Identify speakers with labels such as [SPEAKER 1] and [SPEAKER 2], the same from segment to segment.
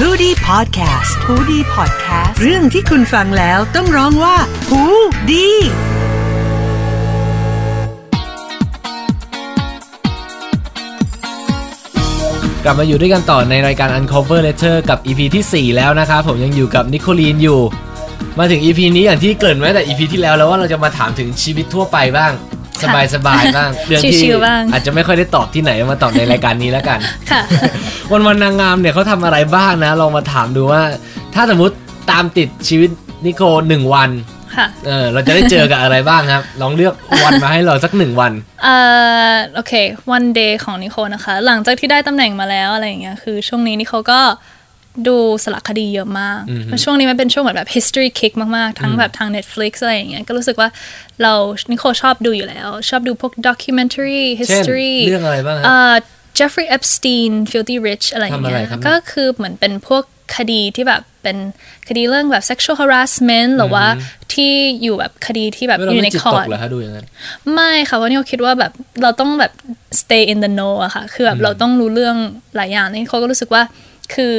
[SPEAKER 1] h o ดี้พอดแคสต์ฮูดี้พอดแคสต์เรื่องที่คุณฟังแล้วต้องร้องว่าหูดี
[SPEAKER 2] กลับมาอยู่ด้วยกันต่อในรายการ Uncover Letter กับ EP ที่ 4 แล้วนะครับ ผมยังอยู่กับนิโคลีนอยู่ มาถึง EP นี้อย่างที่เกริ่นไว้แต่ EP ที่แล้วแล้วว่าเราจะมาถามถึงชีวิตทั่วไปบ้าง สบายสบาย ๆบ้าง เรื่องที่
[SPEAKER 3] ชิวๆบ้าง
[SPEAKER 2] อาจจะไม่ค่อยได้ตอบที่ไหนมาตอบในรายการนี้ แล้วกัน
[SPEAKER 3] ค่ะ
[SPEAKER 2] วันวันๆนางงามเนี่ยเขาทำอะไรบ้างนะ ลองมาถามดูว่า ถ้าสมมติตามติดชีวิตนิโคหนึ่งวัน
[SPEAKER 3] ค่ะ
[SPEAKER 2] เออเราจะได้เจอกับอะไรบ้าง ครับ ลองเลือกวันมาให้เราสักหนึ่งวัน
[SPEAKER 3] เอ่อ โอเค วันเดย์ของนิโคลนะคะ หลังจากที่ได้ตำแหน่งมาแล้วอะไรอย่างเงี้ย คือช่วงนี้นิโคลก็ดูสารคดีเยอะมาก
[SPEAKER 2] อือฮึ
[SPEAKER 3] แล้วช่วงนี้มันเป็นช่วงเหมือนแบบ history kick มาก ๆ ทั้งแบบทาง Netflix อะไรอย่างเงี้ย ก็รู้สึกว่าเรา นิโคลชอบดูอยู่แล้ว ชอบดูพวก documentary
[SPEAKER 2] เช่น
[SPEAKER 3] history
[SPEAKER 2] เรื่องอะไรบ้างครับ
[SPEAKER 3] เอ่อ Jeffrey Epstein Filthy Rich อะไรอย่างเงี้
[SPEAKER 2] ทำอะไร
[SPEAKER 3] ย
[SPEAKER 2] ครับ
[SPEAKER 3] ก็คือเหมือนเป็นพวกคดีที่แบบเป็นคดีเรื่องแบบ sexual harassment หรือว่า
[SPEAKER 2] อือฮึ
[SPEAKER 3] ที่อยู่แบบคดีที่แบบ
[SPEAKER 2] เรา
[SPEAKER 3] อยู่ใน
[SPEAKER 2] ไม่จิต
[SPEAKER 3] ค
[SPEAKER 2] ต
[SPEAKER 3] อก ร์ต
[SPEAKER 2] เหรอคะดูอย่างนั้น
[SPEAKER 3] ไม่ค่ะเพราะนี่เขาคิดว่าแบบเราต้องแบบ stay in the know อะค่ะ คือแบบเราต้องรู้เรื่องหลายอย่างนี่เขาก็รู้สึกว่าคือ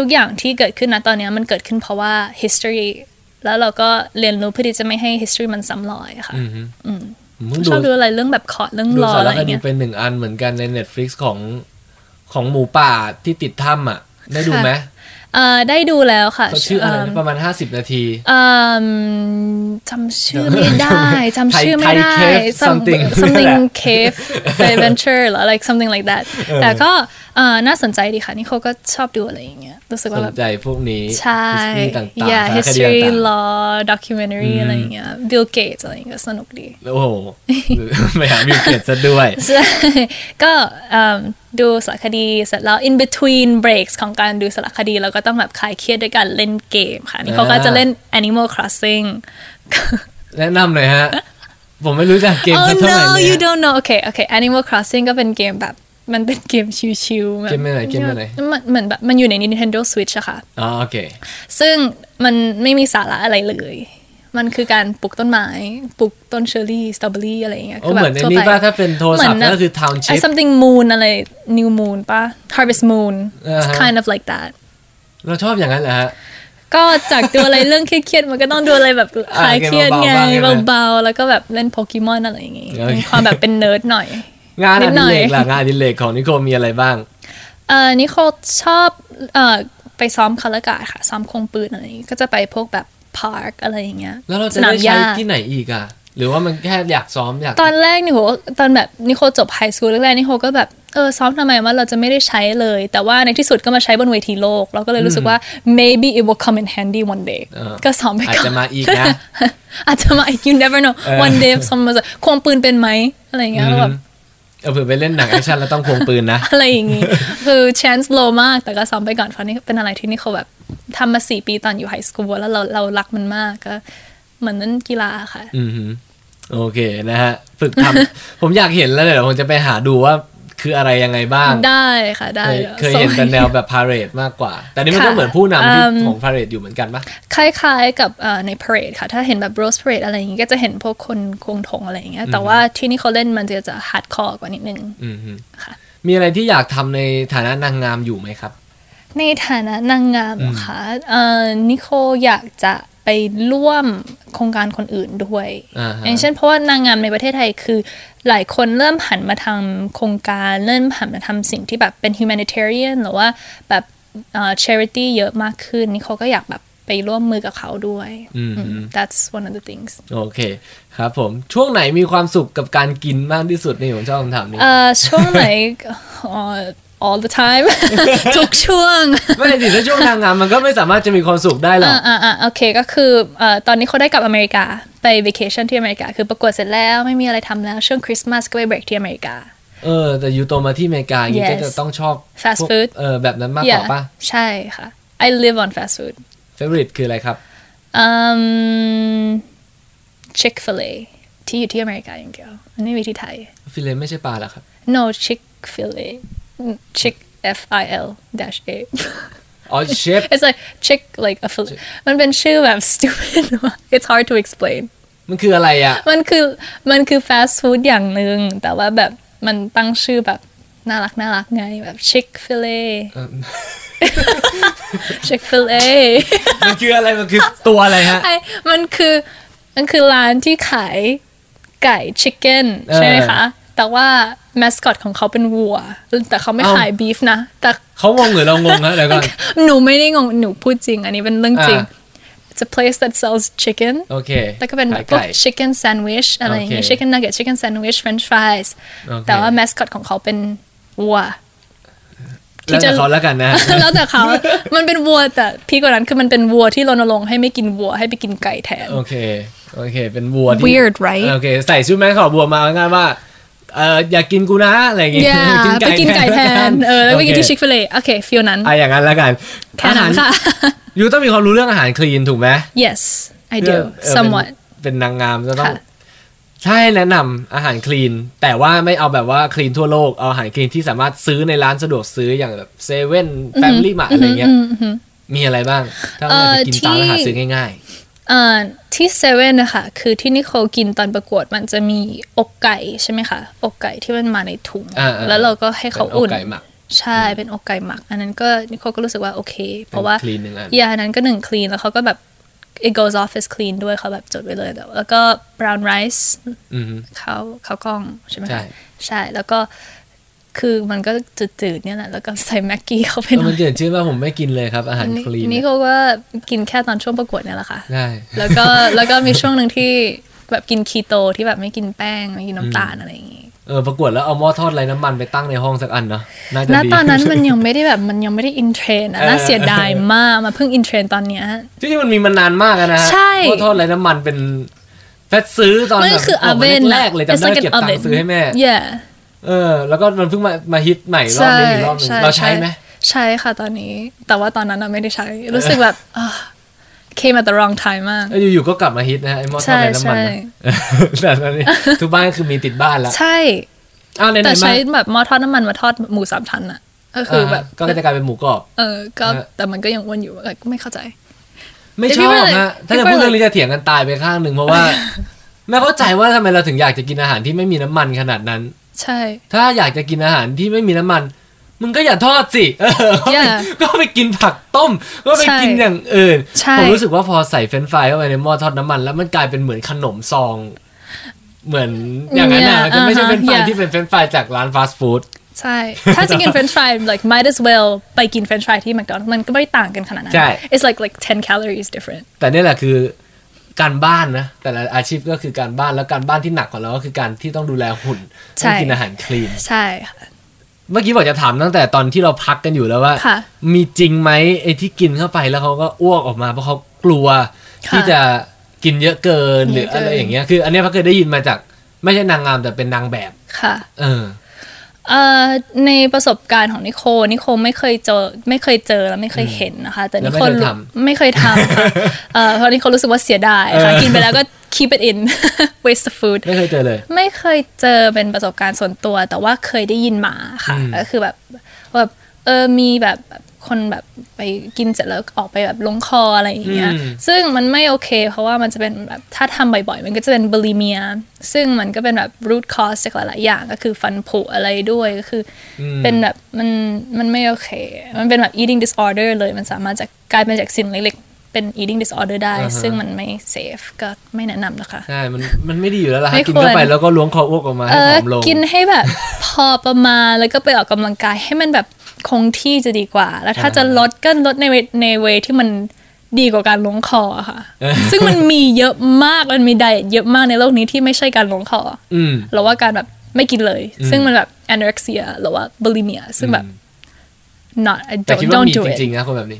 [SPEAKER 3] ทุกอย่างที่เกิดขึ้นนะตอนเนี้ยมันเกิดขึ้นเพราะว่า history แล้วเราก็เรียนรู้เพื่อที่จะไม่ให้ history มันซ้ำรอยอะค่ะ
[SPEAKER 2] อืมฮึ
[SPEAKER 3] อืม
[SPEAKER 2] ผมเพิ่งดู
[SPEAKER 3] ชอบดูอะไรเรื่องแบบคอร์ดเรื่อง
[SPEAKER 2] ดู
[SPEAKER 3] รอ
[SPEAKER 2] สา
[SPEAKER 3] อะ
[SPEAKER 2] ร
[SPEAKER 3] ไร
[SPEAKER 2] คดี
[SPEAKER 3] เงี้ย
[SPEAKER 2] เป็นหนึ่งอันเหมือนกันใน Netflix ของของหมูป่าที่ติดถ้ำอ่ะ ได้ดูไหม
[SPEAKER 3] เอ่อได้ดูแล้วค่ะ
[SPEAKER 2] เขาชื่ออะไรนะประมาณ 50 นาที
[SPEAKER 3] เอิ่มจำชื่อไม่ ได้จำชื่อไม่ได้
[SPEAKER 2] Thai- Thai cave
[SPEAKER 3] some-
[SPEAKER 2] something
[SPEAKER 3] something cave adventure หรือ like something like that แต่ก็เอ่อน่าสนใจดีค่ะ นี่เขาก็ชอบดูอะไรอย่างเงี้ยรู้สึก
[SPEAKER 2] ส
[SPEAKER 3] ว่าน แบบ
[SPEAKER 2] ใจพวกนี้
[SPEAKER 3] ใช่
[SPEAKER 2] history ต่างๆ
[SPEAKER 3] yeah
[SPEAKER 2] สารคดี
[SPEAKER 3] history
[SPEAKER 2] ต่าง
[SPEAKER 3] law documentary
[SPEAKER 2] อืม
[SPEAKER 3] อะไรอย่างเงี้ย Bill Gates อะไรอย่างเงี้ยสนุกดี
[SPEAKER 2] ๆ โอ้โห ไปหาบิวเกตซะด้วย
[SPEAKER 3] ใช่ ก็เอิ่มดูสารคดีเสร็จแล้ว in between breaks ของการดูสารคดีเราก็ต้องแบบคลายเครียดด้วยการเล่นเกมค่ะ นี่เขาก็จะเล่น Animal Crossing
[SPEAKER 2] แนะนำหน่อยฮะ ผมไม่รู้จักเกม
[SPEAKER 3] oh
[SPEAKER 2] สักเท่าไหร่
[SPEAKER 3] no
[SPEAKER 2] เลย
[SPEAKER 3] you
[SPEAKER 2] ฮะ
[SPEAKER 3] don't know โอเคโอเค Animal Crossing ก็เป็นเกมแบบ มันเป็นเกมชิวๆแบบ
[SPEAKER 2] เกมอะไรเกมอะไร
[SPEAKER 3] มันเหมือนแบบมันอยู่ใน Nintendo Switch อะค่ะ
[SPEAKER 2] อ๋อโอเค
[SPEAKER 3] ซึ่งมันไม่มีสาระอะไรเลย มันคือการปลูกต้นไม้ ปลูกต้นเชอร์รี่สตรอเบอรี่อะไรอย่างเงี้ย
[SPEAKER 2] โอ้เหมือนในนี้
[SPEAKER 3] ทั่
[SPEAKER 2] ป่ะ
[SPEAKER 3] วไป
[SPEAKER 2] ถ้าเป็นโทรศัพท์
[SPEAKER 3] เหมือนนะ
[SPEAKER 2] ก็คือ
[SPEAKER 3] ไอ้
[SPEAKER 2] Township
[SPEAKER 3] something moon อะไร new moon ป่ะ harvest moon
[SPEAKER 2] อ่าฮะ
[SPEAKER 3] kind of like that
[SPEAKER 2] เราชอบอย่างนั้นเหรอฮะ
[SPEAKER 3] ก็จากดูอะไร เรื่องเครียดๆ มันก็ต้องดูอะไรแบบค
[SPEAKER 2] อ่า
[SPEAKER 3] ลายเครียดไง
[SPEAKER 2] เกมเบาๆบ้าง
[SPEAKER 3] เบาๆ แล้วก็แบบเล่นโปเกมอนอะไรอย่างงี้
[SPEAKER 2] โอเค
[SPEAKER 3] มีความแบบเป็นเนิร์ดหน่อย
[SPEAKER 2] งาน
[SPEAKER 3] นิ
[SPEAKER 2] อ
[SPEAKER 3] ด
[SPEAKER 2] ดิ
[SPEAKER 3] หน่อย
[SPEAKER 2] เรกล่ะงานอดิเรกของนิโคมีอะไรบ้าง
[SPEAKER 3] เอ่อนิโคลชอบเอ่อไปซ้อมคาร์ลกาดค่ะ ซ้อมคงปืนอะไรอย่างงี้ ก็จะไปพวกแบบพาร์คอะไรอย่างเงี้ย
[SPEAKER 2] แล้วเรา
[SPEAKER 3] ส
[SPEAKER 2] จะ
[SPEAKER 3] นาม
[SPEAKER 2] ได้ใช้
[SPEAKER 3] หญ้า
[SPEAKER 2] ที่ไหนอีกอ่ะ หรือว่ามันแค่อยากซ้อมอยาก
[SPEAKER 3] ตอนแรกนิโคลตอนแบบนิโคลจบไฮสคูลแรกๆนิโคลก็แบบเออซ้อมทำไมว่าเราจะไม่ได้ใช้เลย แต่ว่าในที่สุดก็มาใช้บนเวทีโลก เราก็เลยรู้สึกว่า maybe it will come in handy one day
[SPEAKER 2] เออ
[SPEAKER 3] ก็ซ้อมไปก่อน
[SPEAKER 2] อาจจะมาอีกนะ
[SPEAKER 3] อาจจะมาอีก you never know
[SPEAKER 2] เออ
[SPEAKER 3] one day ซ้อมมาจะควงปืนเป็นไหมอะไรอย่างเงี้ยแล้วแบบ
[SPEAKER 2] เออเผื่อไปเล่นหนังแอคชั่นแล้วต้องควงปืน นะ
[SPEAKER 3] อะไรอย่างงี้ คือ chance low มาก แต่ก็ซ้อมไปก่อนเพราะนี่เป็นอะไรที่นี่เขาแบบทำมาสี่ปีตอนอยู่ไฮสคูลแล้วเราเรารักมันมากก็เหมือนนั่นกีฬาค่ะ
[SPEAKER 2] อือหือโอเคนะฮะ ฝึกทำ ผมอยากเห็นแล้วเดี๋ยวผมจะไปหาดูว่าคืออะไรยังไงบ้าง
[SPEAKER 3] ได้ค่ะได้
[SPEAKER 2] เคย
[SPEAKER 3] ดี๋ว
[SPEAKER 2] เคยเห็น แต่
[SPEAKER 3] ส่ง
[SPEAKER 2] แนวแบบพาเรดมากกว่า แต่นี่มัน
[SPEAKER 3] ค่ะ
[SPEAKER 2] ก็เหมือนผู้นำที่
[SPEAKER 3] อืม
[SPEAKER 2] ของพาเรดอยู่เหมือนกันปะ
[SPEAKER 3] คล้ายๆกับเอ่อใน parade ค่ะ ถ้าเห็นแบบ rose parade อะไรอย่างงี้ก็จะเห็นพวกคนควงธงอะไรอย่างเงี้ยแต่ว่าที่นี่เขาเล่นมันจะจะ hardcore กว่านิดนึง
[SPEAKER 2] อือหือ
[SPEAKER 3] ค่ะ
[SPEAKER 2] มีอะไรที่อยากทำในฐานะนางงามอยู่ไหมครับ
[SPEAKER 3] ในฐานะนางงามเหรอคะเอ่อนิโคลอยากจะไปร่วมโครงการคนอื่นด้วย
[SPEAKER 2] อ่าฮะ
[SPEAKER 3] อย่างเช่นเพราะว่านางงามในประเทศไทยคือ หลายคนเริ่มหันมาทำโครงการเริ่มหันมาทำสิ่งที่แบบเป็น humanitarian หรือว่าแบบเอ่อ charity เยอะมากขึ้นนิโคลก็อยากแบบไปร่วมมือกับเขาด้วย
[SPEAKER 2] อืม
[SPEAKER 3] อืม that's one of the things
[SPEAKER 2] โอเค ครับผม ช่วงไหนมีความสุขกับการกินมากที่สุดนี่ผมชอบคำถามนี้
[SPEAKER 3] เอ่อช่วงไหนอ๋อ all the time ทุกช่วง
[SPEAKER 2] ไม่สิถ้าช่วงนางงามมันก็ไม่สามารถจะมีความสุขได้หรอก
[SPEAKER 3] อ่าอ่าโอเคก็คือเอ่อตอนนี้เขาได้กลับอเมริกาไป vacation ที่อเมริกา คือประกวดเสร็จแล้วไม่มีอะไรทำแล้ว ช่วงคริสต์มาสก็ไปเบรกที่อเมริกา
[SPEAKER 2] เออ แต่อยู่โตมาที่อเมริกาอย่างนี้
[SPEAKER 3] Yes
[SPEAKER 2] ก็จะต้องชอบ
[SPEAKER 3] Fast
[SPEAKER 2] พวก
[SPEAKER 3] food
[SPEAKER 2] เออแบบนั้นมากกว่า
[SPEAKER 3] Yeah
[SPEAKER 2] ปะ
[SPEAKER 3] ใช่ค่ะ I live on fast food
[SPEAKER 2] favorite คืออะไรครับ
[SPEAKER 3] อืม Chick Fil A ที่อยู่ที่อเมริกาอย่างเดียวอันนี้มีที่ไทย
[SPEAKER 2] ฟิเลไม่ใช่ปลาเหรอครับ
[SPEAKER 3] no Chick Fil A Chick F I L dash A
[SPEAKER 2] อ๋อเชฟ
[SPEAKER 3] it's like Chick like a fillet มันเป็นชื่อแบบ stupid มาก it's hard to explain
[SPEAKER 2] มันคืออะไรอ่ะ
[SPEAKER 3] มันคือมันคือฟาสต์ฟู้ดอย่างหนึ่งแต่ ว่าแบบมันตั้งชื่อแบบน่ารักน่ารักไงแบบชิคฟิเล
[SPEAKER 2] เออ
[SPEAKER 3] ชิคฟิลเอ
[SPEAKER 2] มันคืออะไรมันคือตัวอะไรฮะ
[SPEAKER 3] ไอ้มันคือมันคือร้านที่ขายไก่ชิคเก้น
[SPEAKER 2] เออ
[SPEAKER 3] ใช่ไหมคะ แต่ว่าแมสคอตของเขาเป็นวัว แต่เขาไม่
[SPEAKER 2] เอ้า
[SPEAKER 3] ขายบีฟนะ แต่
[SPEAKER 2] เขางงหรือเรางงฮะเดี๋ยวก่อน
[SPEAKER 3] หนูไม่ได้งง หนูพูดจริง อันนี้เป็นเรื่องจริง
[SPEAKER 2] อ่า
[SPEAKER 3] it's a place that sells chicken
[SPEAKER 2] โอเค
[SPEAKER 3] แล้วก็เป็นแบ
[SPEAKER 2] ขา
[SPEAKER 3] บ
[SPEAKER 2] ย
[SPEAKER 3] พวก
[SPEAKER 2] ไก่
[SPEAKER 3] chicken sandwich อะไรอย่างเงี้ย
[SPEAKER 2] โอเค
[SPEAKER 3] chicken nugget chicken sandwich french fries
[SPEAKER 2] โอเค
[SPEAKER 3] แต่ว่าแมสคอตของเขาเป็นวั ว ที่
[SPEAKER 2] แล้ว
[SPEAKER 3] จะ
[SPEAKER 2] แต่เขาแล้วกันนะ
[SPEAKER 3] แล้วแต่เขา มันเป็นวัวแต่พี่กว่านั้นคือมันเป็นวัวที่รณรงค์ให้ไม่กินวัวให้ไปกินไก่แทน
[SPEAKER 2] โอเค โอเค เป็นวัวที่
[SPEAKER 3] Weird, right?
[SPEAKER 2] โอเค ใส่ชุดแม่ขอบวัวมาง่ายๆว่า เอออยากกินกูนะ อะไรอย่างเงี้ย
[SPEAKER 3] อย่า ไปกินไก่แทน เออ แล้วไปกิน
[SPEAKER 2] โอ
[SPEAKER 3] ที่
[SPEAKER 2] เค
[SPEAKER 3] ชิคฟิลเลโอเคฟิลนั้น
[SPEAKER 2] อ่ะอย่างนั้นแล้วกัน
[SPEAKER 3] แค่นั้นค่ะ
[SPEAKER 2] ยูต้องมีความรู้เรื่องอาหารคลีนถูกไหม
[SPEAKER 3] yes I
[SPEAKER 2] เรื่
[SPEAKER 3] do
[SPEAKER 2] องเออเป็น
[SPEAKER 3] somewhat
[SPEAKER 2] เป็นนางงามจะต้อง
[SPEAKER 3] ค่ะ
[SPEAKER 2] ถ้าให้แนะนำอาหารคลีน แต่ว่าไม่เอาแบบว่าคลีนทั่วโลก เอาอาหารคลีนที่สามารถซื้อในร้านสะดวกซื้ออย่างแบบเซเว่นแฟมิลี่มาอะไรเงี้ย มีอะไรบ้าง ถ้าเราอยากจะกินตามอาหารซื้อง่าย
[SPEAKER 3] เอ่อที่เซเว่นนะคะคือที่นิโคลกินตอนประกวดมันจะมีอกไก่ใช่ไหมคะอกไก่ที่มันมาในถุง
[SPEAKER 2] อ่าๆ
[SPEAKER 3] แล้วเราก็ให้
[SPEAKER 2] ๆเป็
[SPEAKER 3] เขา
[SPEAKER 2] นอก
[SPEAKER 3] อุ่น
[SPEAKER 2] ไก่หมัก
[SPEAKER 3] ใช่เป็นอกไก่หมัก อันนั้นก็นิโคลก็รู้สึกว่าโอเค
[SPEAKER 2] ๆ
[SPEAKER 3] เพราะว่า
[SPEAKER 2] คลีนหนึ่งอัน
[SPEAKER 3] ยาอันนั้นก็หนึ่ง clean แล้วเขาก็แบบ it goes off as clean ด้วยเขาแบบจดไว้เลย แล้วก็ brown rice
[SPEAKER 2] อือฮึ
[SPEAKER 3] เขาเขาวกล้องใช่ไหมคะ
[SPEAKER 2] ใช่
[SPEAKER 3] ใช่แล้วก็คือมันก็จืดๆเนี่ยแหละแล้วก็ ใส่แม็กกี้เข้าไปห
[SPEAKER 2] เออ
[SPEAKER 3] น่
[SPEAKER 2] มั
[SPEAKER 3] อน ย
[SPEAKER 2] เจืดชื่อว่าผมไม่กินเลยครับ อาหาร
[SPEAKER 3] นี่
[SPEAKER 2] คลีน
[SPEAKER 3] นี่เขาก็กินแค่ตอนช่วงประกวดเนี่ยแหละ ค่ะ
[SPEAKER 2] ได้
[SPEAKER 3] แล้วก็แล้วก็มีช่วงหนึ่งที่แบบกินคีโตที่แบบไม่กินแป้งไม่กินน้ำตาลอะไรอย่างงี้
[SPEAKER 2] เออประกวดแล้วเอาหม้อทอดไร้น้ำมันไปตั้งในห้องสักอันเนาะน่าจะ
[SPEAKER 3] ณ
[SPEAKER 2] ดี
[SPEAKER 3] ตอนนั้นมันยังไม่ได้แบบมันยังไม่ได้อินเทรนอะน่าเสียดายมากมาเพิ่งอินเทรนตอนเนี้ย
[SPEAKER 2] จริงๆมันมีมานานมากแล้วนะฮะ
[SPEAKER 3] ใช่
[SPEAKER 2] หม้อทอดไร้น้ำมันเป็นแฟตซื้อตอน
[SPEAKER 3] มัน
[SPEAKER 2] แบบ
[SPEAKER 3] คือ
[SPEAKER 2] ออกมา
[SPEAKER 3] oven
[SPEAKER 2] แรกๆเลยจำ
[SPEAKER 3] It's
[SPEAKER 2] ได้
[SPEAKER 3] like an
[SPEAKER 2] เก็บตัง
[SPEAKER 3] oven
[SPEAKER 2] ค์ซื้อให้แม่
[SPEAKER 3] yeah
[SPEAKER 2] เออ แล้วก็มันเพิ่งมามาฮิตใหม่รอบนึงอีกรอบนึงเราใช้ไหม
[SPEAKER 3] ใช่ค่ะตอนนี้ แต่ว่าตอนนั้นน่ะไม่ได้ใช้ รู้สึกแบบอ่า came at the wrong time มาก
[SPEAKER 2] เอออยู่ๆก็กลับมาฮิตนะฮะไอ้หม้อทอดไร้น้ำมันนะแต่ตอน นี้ทุกบ้านก็คือมีติดบ้านแล้ว
[SPEAKER 3] ใช่
[SPEAKER 2] อ้าวไหน
[SPEAKER 3] แต่
[SPEAKER 2] ๆมา
[SPEAKER 3] ใช้แบบหม้อทอดน้ำมันมาทอดหมูสามชั้นอะก็คือแบบ
[SPEAKER 2] าก็จะกลายเป็นหมูกรอบ
[SPEAKER 3] เออก็
[SPEAKER 2] ฮะ
[SPEAKER 3] แต่มันก็ยังอ้วนอยู่เออไม่เข้าใจ
[SPEAKER 2] ไม่
[SPEAKER 3] เดี๋ยว
[SPEAKER 2] ช
[SPEAKER 3] พี่
[SPEAKER 2] อบ
[SPEAKER 3] ว่า
[SPEAKER 2] ฮะ
[SPEAKER 3] พี่
[SPEAKER 2] ถ้าจะ
[SPEAKER 3] ว่า
[SPEAKER 2] พูดเรื่องนี้จะเถียงกันตายไปข้างหนึ่งเพราะ ว่า ไม่เข้าใจว่าทำไมเราถึงอยากจะกินอาหารที่ไม่มีน้ำมันขนาดนั้น
[SPEAKER 3] ใช่
[SPEAKER 2] ถ้าอยากจะกินอาหารที่ไม่มีน้ำมัน มึงก็อย่าทอดสิเออก็ไป
[SPEAKER 3] Yeah.
[SPEAKER 2] ก็ไปกินผักต้ม ก็ไป
[SPEAKER 3] ใช่
[SPEAKER 2] กินอย่างอื่น
[SPEAKER 3] ใช่
[SPEAKER 2] ผมรู้สึกว่าพอใส่เฟรนช์ฟรายเข้าไปในหม้อทอดน้ำมัน แล้วมันกลายเป็นเหมือนขนมซอง เหมือนอย่างนั้นน่ะจะไม่ใช่เฟรนช์ฟรายที่เป็นเฟรนช์ฟรายจากร้านฟาสต์ฟู้ด
[SPEAKER 3] ใช่ ถ้าจะกิน French fry like might as well ไปกิน French fry ที่ McDonald's มันก็ไม่ได้ต่างกันขนาดนั้น
[SPEAKER 2] ใช่
[SPEAKER 3] it's like like 10 calories different
[SPEAKER 2] แต่นี่แหละคือการบ้านนะ แต่ละอาชีพก็คือการบ้านแล้วการบ้านที่หนักกว่าเราก็คือการที่ต้องดูแลหุ่นต้
[SPEAKER 3] ใช่
[SPEAKER 2] องกินอาหารคลีน
[SPEAKER 3] ใช่ค่ะ
[SPEAKER 2] เมื่อกี้บอกจะถามตั้งแต่ตอนที่เราพักกันอยู่แล้วว่า
[SPEAKER 3] ค่ะ
[SPEAKER 2] มีจริงไหมไอ้ที่กินเข้าไปแล้วเขาก็อ้วกออกมาเพราะเขากลัว ที่จะกินเยอะเกินหรืออะไรอย่างเงี้ยคืออันเนี้ยพักเคยได้ยินมาจากไม่ใช่นางงามแต่เป็นนางแบบ
[SPEAKER 3] ค่ะ
[SPEAKER 2] เออ
[SPEAKER 3] เอ่อในประสบการณ์ของนิโคลนิโคลไม่เคยเจอไม่เคยเจอและไม่เคยเห็นนะคะ แต่นิโคล
[SPEAKER 2] แล้วไม่เคยทำ
[SPEAKER 3] ไม่เคยทำค่ะเอ่อเพราะนิโคลรู้สึกว่าเสียดายค่ะ กินไปแล้วก็ keep it in waste the food
[SPEAKER 2] ไม่เคยเจอเลย
[SPEAKER 3] ไม่เคยเจอเป็นประสบการณ์ส่วนตัว แต่ว่าเคยได้ยินมาค่ะ
[SPEAKER 2] อืม
[SPEAKER 3] ก็คือแบบแบบเออมีแบบคนแบบไปกินเสร็จแล้วออกไปแบบลงคออะไรอย่างเงี้ย
[SPEAKER 2] อืม
[SPEAKER 3] ซึ่งมันไม่โอเค เพราะว่ามันจะเป็นแบบถ้าทำบ่อยๆ มันก็จะเป็นบ u ลิเมีย ซึ่งมันก็เป็นแบบ root cause จากหลายๆอย่างก็คือฟันผุอะไรด้วยก็คืออเป็นแบบมันมันไม่โอเค มันเป็นแบบ eating disorder เลยมันสามารถจะกลายเป็นจากสิ่งเล็กๆเป็น eating disorder ได้ ซึ่งมันไม่ safe ก็ไม่แนะนำนะคะ
[SPEAKER 2] ใช่มันมันไม่ดีอยู่แล้วล่ะฮะ
[SPEAKER 3] ไม่
[SPEAKER 2] กิน
[SPEAKER 3] ควร
[SPEAKER 2] เข้าไปแล้วก็ล้วงคออ้วกออกมา
[SPEAKER 3] เอ
[SPEAKER 2] ให้ผอ
[SPEAKER 3] อ
[SPEAKER 2] มลง
[SPEAKER 3] กินให้แบบ พอประมาณแล้วก็ไปออกกำลังกายให้มันแบบคงที่จะดีกว่า แล้วถ้า
[SPEAKER 2] อ่า
[SPEAKER 3] จะลดก็ลดในเวในเวที่มันดีกว่าการลงคออะ ค่ะ
[SPEAKER 2] เออ
[SPEAKER 3] ซึ่งมันมีเยอะมากมันมีไดเอทเยอะมากในโลกนี้ที่ไม่ใช่การลงคอ
[SPEAKER 2] อืม
[SPEAKER 3] หรือว่าการแบบไม่กินเลย
[SPEAKER 2] อืม
[SPEAKER 3] ซึ่งมันแบบแอนอเร็กเซียหรือว่าบูลิเมียซึ่งแบบ not I
[SPEAKER 2] แต่คิดว่า
[SPEAKER 3] don't don't
[SPEAKER 2] มี
[SPEAKER 3] do
[SPEAKER 2] จ
[SPEAKER 3] it
[SPEAKER 2] ริงๆนะคนแบบนี้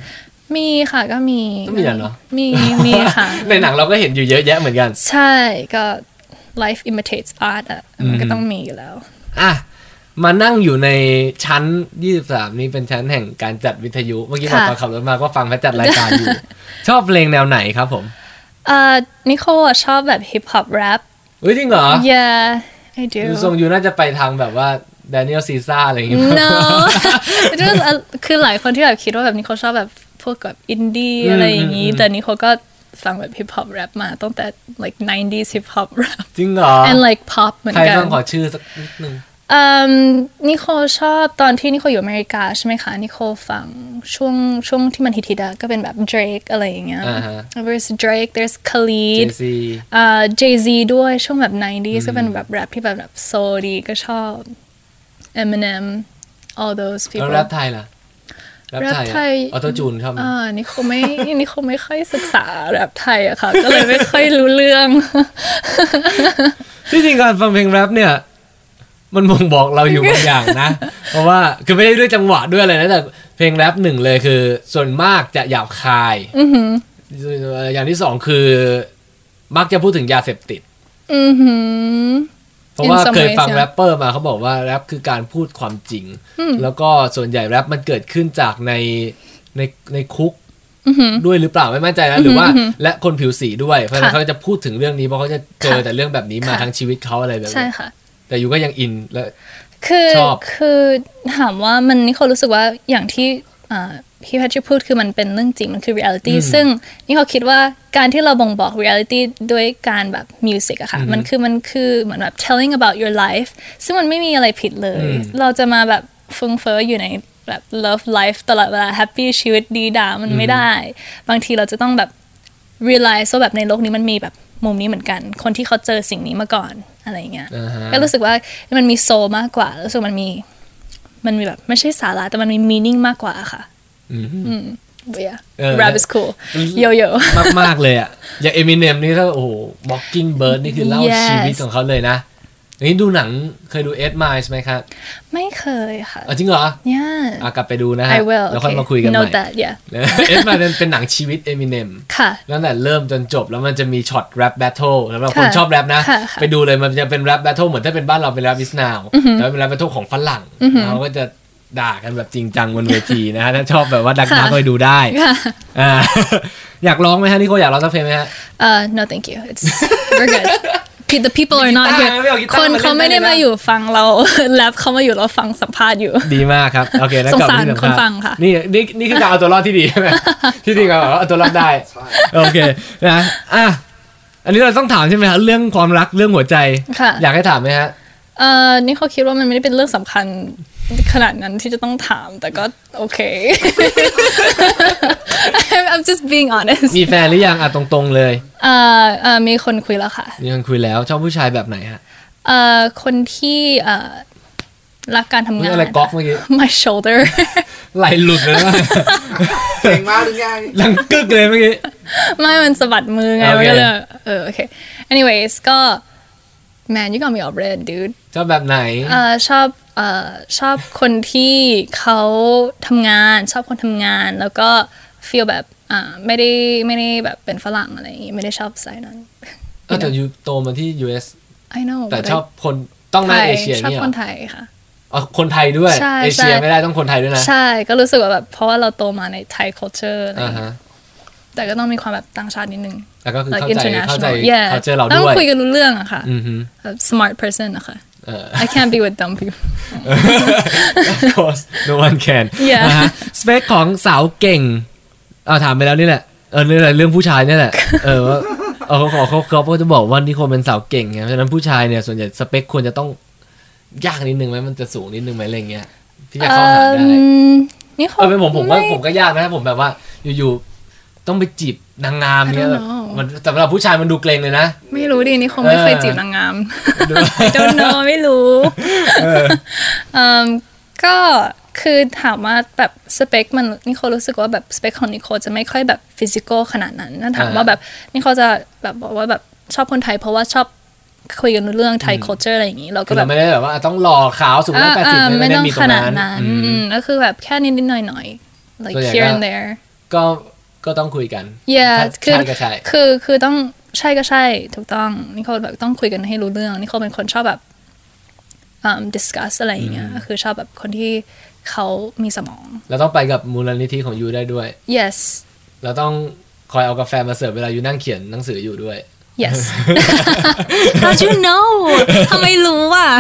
[SPEAKER 3] มีค่ะก็มี
[SPEAKER 2] ก็มีเหรอ
[SPEAKER 3] มีมีค่ะ
[SPEAKER 2] ในหนังเราก็เห็นอยู่เยอะแยะเหมือนกัน
[SPEAKER 3] ใช่ก็ life imitates art อ่ะมันก็ต้องมีอยู่แล้ว
[SPEAKER 2] อ่ะ มานั่งอยู่ในชั้น 23 นี่เป็นชั้นแห่งการจัดวิทยุ เมื่อกี้บอก
[SPEAKER 3] ค่ะ
[SPEAKER 2] ตอนขับรถมาก็ฟังแพทจัดรายการอยู่ ชอบเพลงแนวไหนครับผม
[SPEAKER 3] เอ่อนิโคลอะชอบแบบฮิปฮอปแรป
[SPEAKER 2] เฮ้ยจริงเหรอ
[SPEAKER 3] yeah I do
[SPEAKER 2] ดูทรงอยู่น่าจะไปทางแบบว่าแดเนียลซีซ่าอะไรอย่างเงี้ย
[SPEAKER 3] no คือคือหลายคนที่แบบคิดว่าแบบนิโคลชอบแบบพวกแบบอินดี้อะไรอย่างนี้ แต่นิโคลก็ฟังแบบฮิปฮอปแรปมาตั้งแต่ like 90s hip hop rap
[SPEAKER 2] จริงเหรอ
[SPEAKER 3] and like pop เหมือน
[SPEAKER 2] ใคร
[SPEAKER 3] กัน
[SPEAKER 2] บ้างขอชื่อสักนิดนึง
[SPEAKER 3] เอ่มนิโคลชอบตอนที่นิโคลอยู่อเมริกาใช่ไหมคะนิโคลฟัง ช่วงช่วงที่มันฮิตๆอะก็เป็นแบบ Drake อะไรอย่างเงี้ย
[SPEAKER 2] อ่าฮะ
[SPEAKER 3] there's Drake there's Khalid
[SPEAKER 2] ซี
[SPEAKER 3] อ่า Jay Z ด้วยช่วงแบบ 90s ก็เป็นแบบแรปที่แบบแบบโซดีก็ชอบ Eminem all those
[SPEAKER 2] แล้ว
[SPEAKER 3] people
[SPEAKER 2] แรปไทยล่ะแรปไทย
[SPEAKER 3] แรปไทย
[SPEAKER 2] ออโตจูนชอบไหม
[SPEAKER 3] อ่านี่คงไม่ นี่คงไม่ค่อยศึกษาแรปไทยอะค่ะ ก็เลยไม่ค่อยรู้เรื่อง
[SPEAKER 2] ที่จริงการฟังเพลงแรปเนี่ย มันบ่งบอกเราอยู่บางอย่าง นะ เพราะว่าคือไม่ได้ด้วยจังหวะด้วยอะไรนะแต่เพลงแรปหนึ่งเลยคือ ส่วนมากจะหยาบคายอย่างที่สองคือ มักจะพูดถึงยาเสพติด
[SPEAKER 3] อือหือ
[SPEAKER 2] เพราะว่า
[SPEAKER 3] In some
[SPEAKER 2] เคยฟัง
[SPEAKER 3] ways, yeah.
[SPEAKER 2] แรปเปอร์มาเขาบอกว่าแรปคือการพูดความจริง แล้วก็ส่วนใหญ่แรปมันเกิดขึ้นจากในในในคุกด้วยหรือเปล่าไม่มั่นใจนะหรือว่าและคนผิวสีด้วยเพราะฉะนั้น
[SPEAKER 3] ค่ะ
[SPEAKER 2] เขาจะพูดถึงเรื่องนี้เพราะเขาจะเจอ
[SPEAKER 3] ค่ะ
[SPEAKER 2] แต่เรื่องแบบนี้มา
[SPEAKER 3] ค่ะ
[SPEAKER 2] ทั้งชีวิตเขาอะไรแบบ
[SPEAKER 3] ใช่
[SPEAKER 2] นี้
[SPEAKER 3] ค่ะ
[SPEAKER 2] แต่อยู่ก็ยังอินและ
[SPEAKER 3] คือ
[SPEAKER 2] ชอบ
[SPEAKER 3] คือถามว่ามันนี่เขารู้สึกว่าอย่างที่อ่าพี่แพทริกพูดคือมันเป็นเรื่องจริง มันคือเรียลิตี้ซึ่งนี่เขาคิดว่าการที่เราบ่งบอกเรียลิตี้ด้วยการแบบมิวสิกอะค่ะ มันคือมันคือเหมือนแบบ telling about your life ซึ่งมันไม่มีอะไรผิดเลย เราจะมาแบบเฟงเฟ้ออยู่ในแบบ love life ตลอดเวลา happy ชีวิตดีด่ามันไม่ได้ บางทีเราจะต้องแบบ realize ว่าแบบในโลกนี้มันมีแบบมุมนี้เหมือนกัน คนที่เขาเจอสิ่งนี้มาก่อนอะไรอย่างเงี้ย
[SPEAKER 2] อ่าฮะ
[SPEAKER 3] ก็รู้สึกว่ามันมีโซมากกว่ารู้สึกมันมีมันมีแบบไม่ใช่สาระแต่มันมีมีนิ่งมากกว่าค่ะ
[SPEAKER 2] อืม
[SPEAKER 3] อืม yeah
[SPEAKER 2] เออ
[SPEAKER 3] rap is cool yo yo
[SPEAKER 2] มากมาก ๆ เลยอ่ะ อย่างเอมิเนมนี่ถ้าโอ้โห Walking Bird นี่คือเล่า
[SPEAKER 3] Yes
[SPEAKER 2] ชีวิตของเขาเลยนะอย่างนี้ดูหนังเคยดูเอ็ดมายไหมครับ
[SPEAKER 3] ไม่เคยค่ะ
[SPEAKER 2] อ๋อจริงเหรอ
[SPEAKER 3] yeah
[SPEAKER 2] อ่ะกลับไปดูนะฮะ
[SPEAKER 3] I will
[SPEAKER 2] แล้วค่อยมาคุยกันให
[SPEAKER 3] note
[SPEAKER 2] ม่
[SPEAKER 3] that yeah
[SPEAKER 2] เอ็ดมายเป็นหนังชีวิตเอมิเนม
[SPEAKER 3] ค่ะ
[SPEAKER 2] ตั้งแต่เริ่มจนจบแล้วมันจะมีช็อตแรปแบทเทิลสำหรับคน
[SPEAKER 3] ค่ะ
[SPEAKER 2] ชอบแรปนะ
[SPEAKER 3] ค่ะค่ะ
[SPEAKER 2] ไปดูเลยมันจะเป็นแรปแบทเทิลเหมือนถ้าเป็นบ้านเราเป็นแรปวิสนาวแต่ว่าเป็นแรปแบทเทิลของฝรั่งเขาก็จะด่ากันแบบจริงจังบนเวทีนะฮะ ถ้าชอบแบบว่าดัก
[SPEAKER 3] ค่ะ
[SPEAKER 2] นักก็ไปดูได้อ่า อยากร้องไหมฮะนี่โคอยากร้องสักเพลงไหมฮะ
[SPEAKER 3] uh no thank you it's we're good Pe- the people are not
[SPEAKER 2] มีกี
[SPEAKER 3] here
[SPEAKER 2] ตาร์ไม่เอากีตาร์
[SPEAKER 3] คน
[SPEAKER 2] มาเล่น
[SPEAKER 3] เขาไม่ได้
[SPEAKER 2] ได้เลยนะ
[SPEAKER 3] มาอยู่ฟังเรา แรปเขามาอยู่เราฟังสัมภาษณ์อยู่
[SPEAKER 2] ดีมากครับ โอเคแล้วกลับ
[SPEAKER 3] สงสาร
[SPEAKER 2] มาที่
[SPEAKER 3] คน
[SPEAKER 2] สำญ
[SPEAKER 3] ฟังค่ะ
[SPEAKER 2] นี่นี่นี่คือการเอาตัวรอดที่ดีใช่ไหม ที่ดีกับเอาตัวรอดได้ โอเคนะอ่ะอันนี้เราต้องถามใช่ไหมฮะเรื่องความรักเรื่องหัวใจ
[SPEAKER 3] ค่ะ
[SPEAKER 2] อยากให้ถามไหมฮะ
[SPEAKER 3] เอ่อนี่เขาคิดว่ามันไม่ได้เป็นเรื่องสำคัญขนาดนั้นที่จะต้องถามแต่ก็โอเค I'm- I'm just being honest
[SPEAKER 2] มีแฟนหรือยังอ่ะตรงๆเลย
[SPEAKER 3] เอ่อเอ่อมีคนคุยแล้วค่ะ
[SPEAKER 2] มีคนคุยแล้วชอบผู้ชายแบบไหนฮะ
[SPEAKER 3] เอ่อคนที่เอ่อรักการทำ
[SPEAKER 2] เมื่
[SPEAKER 3] งา
[SPEAKER 2] อน อะไรก๊อกเมื่อกี้
[SPEAKER 3] my shoulder
[SPEAKER 2] ไหลหลุดเลยนะ
[SPEAKER 4] เก่งมากหรือไง
[SPEAKER 2] ลังกึกเลยเมื่อกี้
[SPEAKER 3] ไม่มันสะบัดมือไง
[SPEAKER 2] โอ
[SPEAKER 3] มัน
[SPEAKER 2] เค
[SPEAKER 3] ก็เลยเออโอเค anyways ก็ man you got me all red dude
[SPEAKER 2] ชอบแบบไหน
[SPEAKER 3] เอ่อชอบเอ่อชอบคนที่เขาทำงานชอบคนทำงาน แล้วก็ฟีลแบบอ่าไม่ได้ไม่ได้แบบเป็นฝรั่งอะไรอย่างงี้ไม่ได้ชอบสายนั้น
[SPEAKER 2] เออแต่ยูโตมาที่ US
[SPEAKER 3] I know
[SPEAKER 2] แต่ชอบคนต้องห
[SPEAKER 3] ไท
[SPEAKER 2] น้าย เอเชีย
[SPEAKER 3] ชอบ
[SPEAKER 2] เนี่ยเหร
[SPEAKER 3] ค
[SPEAKER 2] อน
[SPEAKER 3] ไทยค่ะ
[SPEAKER 2] อ๋อคนไทยด้วย
[SPEAKER 3] ใช่
[SPEAKER 2] เอเชีย
[SPEAKER 3] ใช่
[SPEAKER 2] ไม่ได้ต้องคนไทยด้วยนะ
[SPEAKER 3] ใช่ก็รู้สึกว่าแบบเพราะว่าเราโตมาในไทย culture อะไรอ
[SPEAKER 2] อ่า
[SPEAKER 3] ย่างเงี้ย
[SPEAKER 2] ฮะ
[SPEAKER 3] แต่ก็ต้องมีความแบบต่างชาตินิดนึง
[SPEAKER 2] แล้วก็คือ
[SPEAKER 3] like
[SPEAKER 2] เข้าใจเข้าใจ
[SPEAKER 3] international yeah
[SPEAKER 2] เข้าใจเรา
[SPEAKER 3] ต้
[SPEAKER 2] ด้
[SPEAKER 3] อ
[SPEAKER 2] วย
[SPEAKER 3] งคุยกันรู้เรื่องอะค่ะ
[SPEAKER 2] อือฮึ
[SPEAKER 3] แบบ smart person อะค่ะ
[SPEAKER 2] เออ
[SPEAKER 3] I can't be with dumb people
[SPEAKER 2] of course no one can
[SPEAKER 3] Yeah
[SPEAKER 2] นะฮะสเปคของสาวเก่งเอาถามไปแล้วนี่แหละเออเรื่องอะไรเรื่องผู้ชายเนี่ยแหละเออว่าเออเขาเขาเขาเขาก็จะบอกว่านี่ควรเป็นสาวเก่งไงเพราะฉะนั้นผู้ชายเนี่ยส่วนใหญ่สเปคควรจะต้องยากนิดนึงไหมมันจะสูงนิดนึงไหมอะไรเงี้ยที่จะเข้าหาได้
[SPEAKER 3] อืมนี่เขา
[SPEAKER 2] เออเป็นผมผมว่า
[SPEAKER 3] ไ
[SPEAKER 2] ผมก็ยากนะผมแบบว่าอยู่ๆต้องไปจีบนางงามเนี่ย
[SPEAKER 3] I
[SPEAKER 2] แบ
[SPEAKER 3] don't
[SPEAKER 2] บ
[SPEAKER 3] know
[SPEAKER 2] มันสำหรับผู้ชายมันดูเกรงเลยนะ
[SPEAKER 3] ไม่รู้ดินี่คงไม่
[SPEAKER 2] เออ
[SPEAKER 3] เคยจีบนางงาม I don't know ไม่รู้เอิ่มก็คือถามว่าแบบสเปคมันนิโครู้สึกว่าแบบสเปคของนิโคจะไม่ค่อยแบบฟิสิกอลขนาดนั้นถ้าถามว่าแบบนิโคจะแบบบอกว่าแบบชอบคนไทย เพราะว่าชอบคุยกันรู้เรื่องไทย culture อะไรอย่างนี้เราก็
[SPEAKER 2] คือ
[SPEAKER 3] แบ
[SPEAKER 2] เรา
[SPEAKER 3] บ
[SPEAKER 2] ไม่ได้แบบว่าต้องหล่อขาวสูงร้อยแปดสิบ
[SPEAKER 3] อ่าๆ
[SPEAKER 2] ไม่
[SPEAKER 3] ไม่
[SPEAKER 2] ได้
[SPEAKER 3] ต้อง
[SPEAKER 2] มีตร
[SPEAKER 3] ข
[SPEAKER 2] ง
[SPEAKER 3] นาด
[SPEAKER 2] นั้น
[SPEAKER 3] นั้น
[SPEAKER 2] อืม
[SPEAKER 3] อืมก็คือแบบแค่นิดนิดๆหน่อยหน่อยๆ like
[SPEAKER 2] ส่วนใหญ่
[SPEAKER 3] here
[SPEAKER 2] ก็
[SPEAKER 3] and there
[SPEAKER 2] ก็ก็ต้องคุยกัน
[SPEAKER 3] yeah
[SPEAKER 2] ถ้า
[SPEAKER 3] คือ
[SPEAKER 2] ใช่ก็ใช่
[SPEAKER 3] คือคือต้องใช่ก็ใช่ถูกต้องนี่เขาแบบต้องคุยกันให้รู้เรื่องนี่เขาเป็นคนชอบแบบอ่า discuss อะไรอย่างเงี้ยคือชอบแบบคนที่เขามีสมอง
[SPEAKER 2] เราต้องไปกับมูลนิธิของยูได้ด้วย
[SPEAKER 3] yes
[SPEAKER 2] เราต้องคอยเอากาแฟมาเสิร์ฟเวลายูนั่งเขียนหนังสืออยู่ด้วย
[SPEAKER 3] yes how you know ทำไมรู้อ่ะ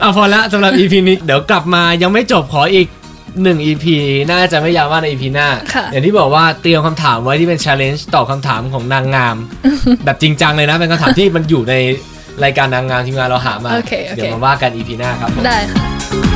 [SPEAKER 2] เอาพอละสำหรับ EP นี้ เดี๋ยวกลับมายังไม่จบขออีก 1 EP น่าจะไม่ยาวมากใน EP หน้า
[SPEAKER 3] ค่ะ
[SPEAKER 2] อย่างที่บอกว่าเตรียมคำถามไว้ที่เป็น challenge ตอบคำถามของนาง งาม แบบจริงจังเลยนะ เป็นคำถามที่มันอยู่ในรายการนางงามทีมงานเราหามา
[SPEAKER 3] โอเคโอเค
[SPEAKER 2] เดี๋ยวมาว่ากัน EP หน้าครับผม
[SPEAKER 3] ได้ค่ะ
[SPEAKER 4] เ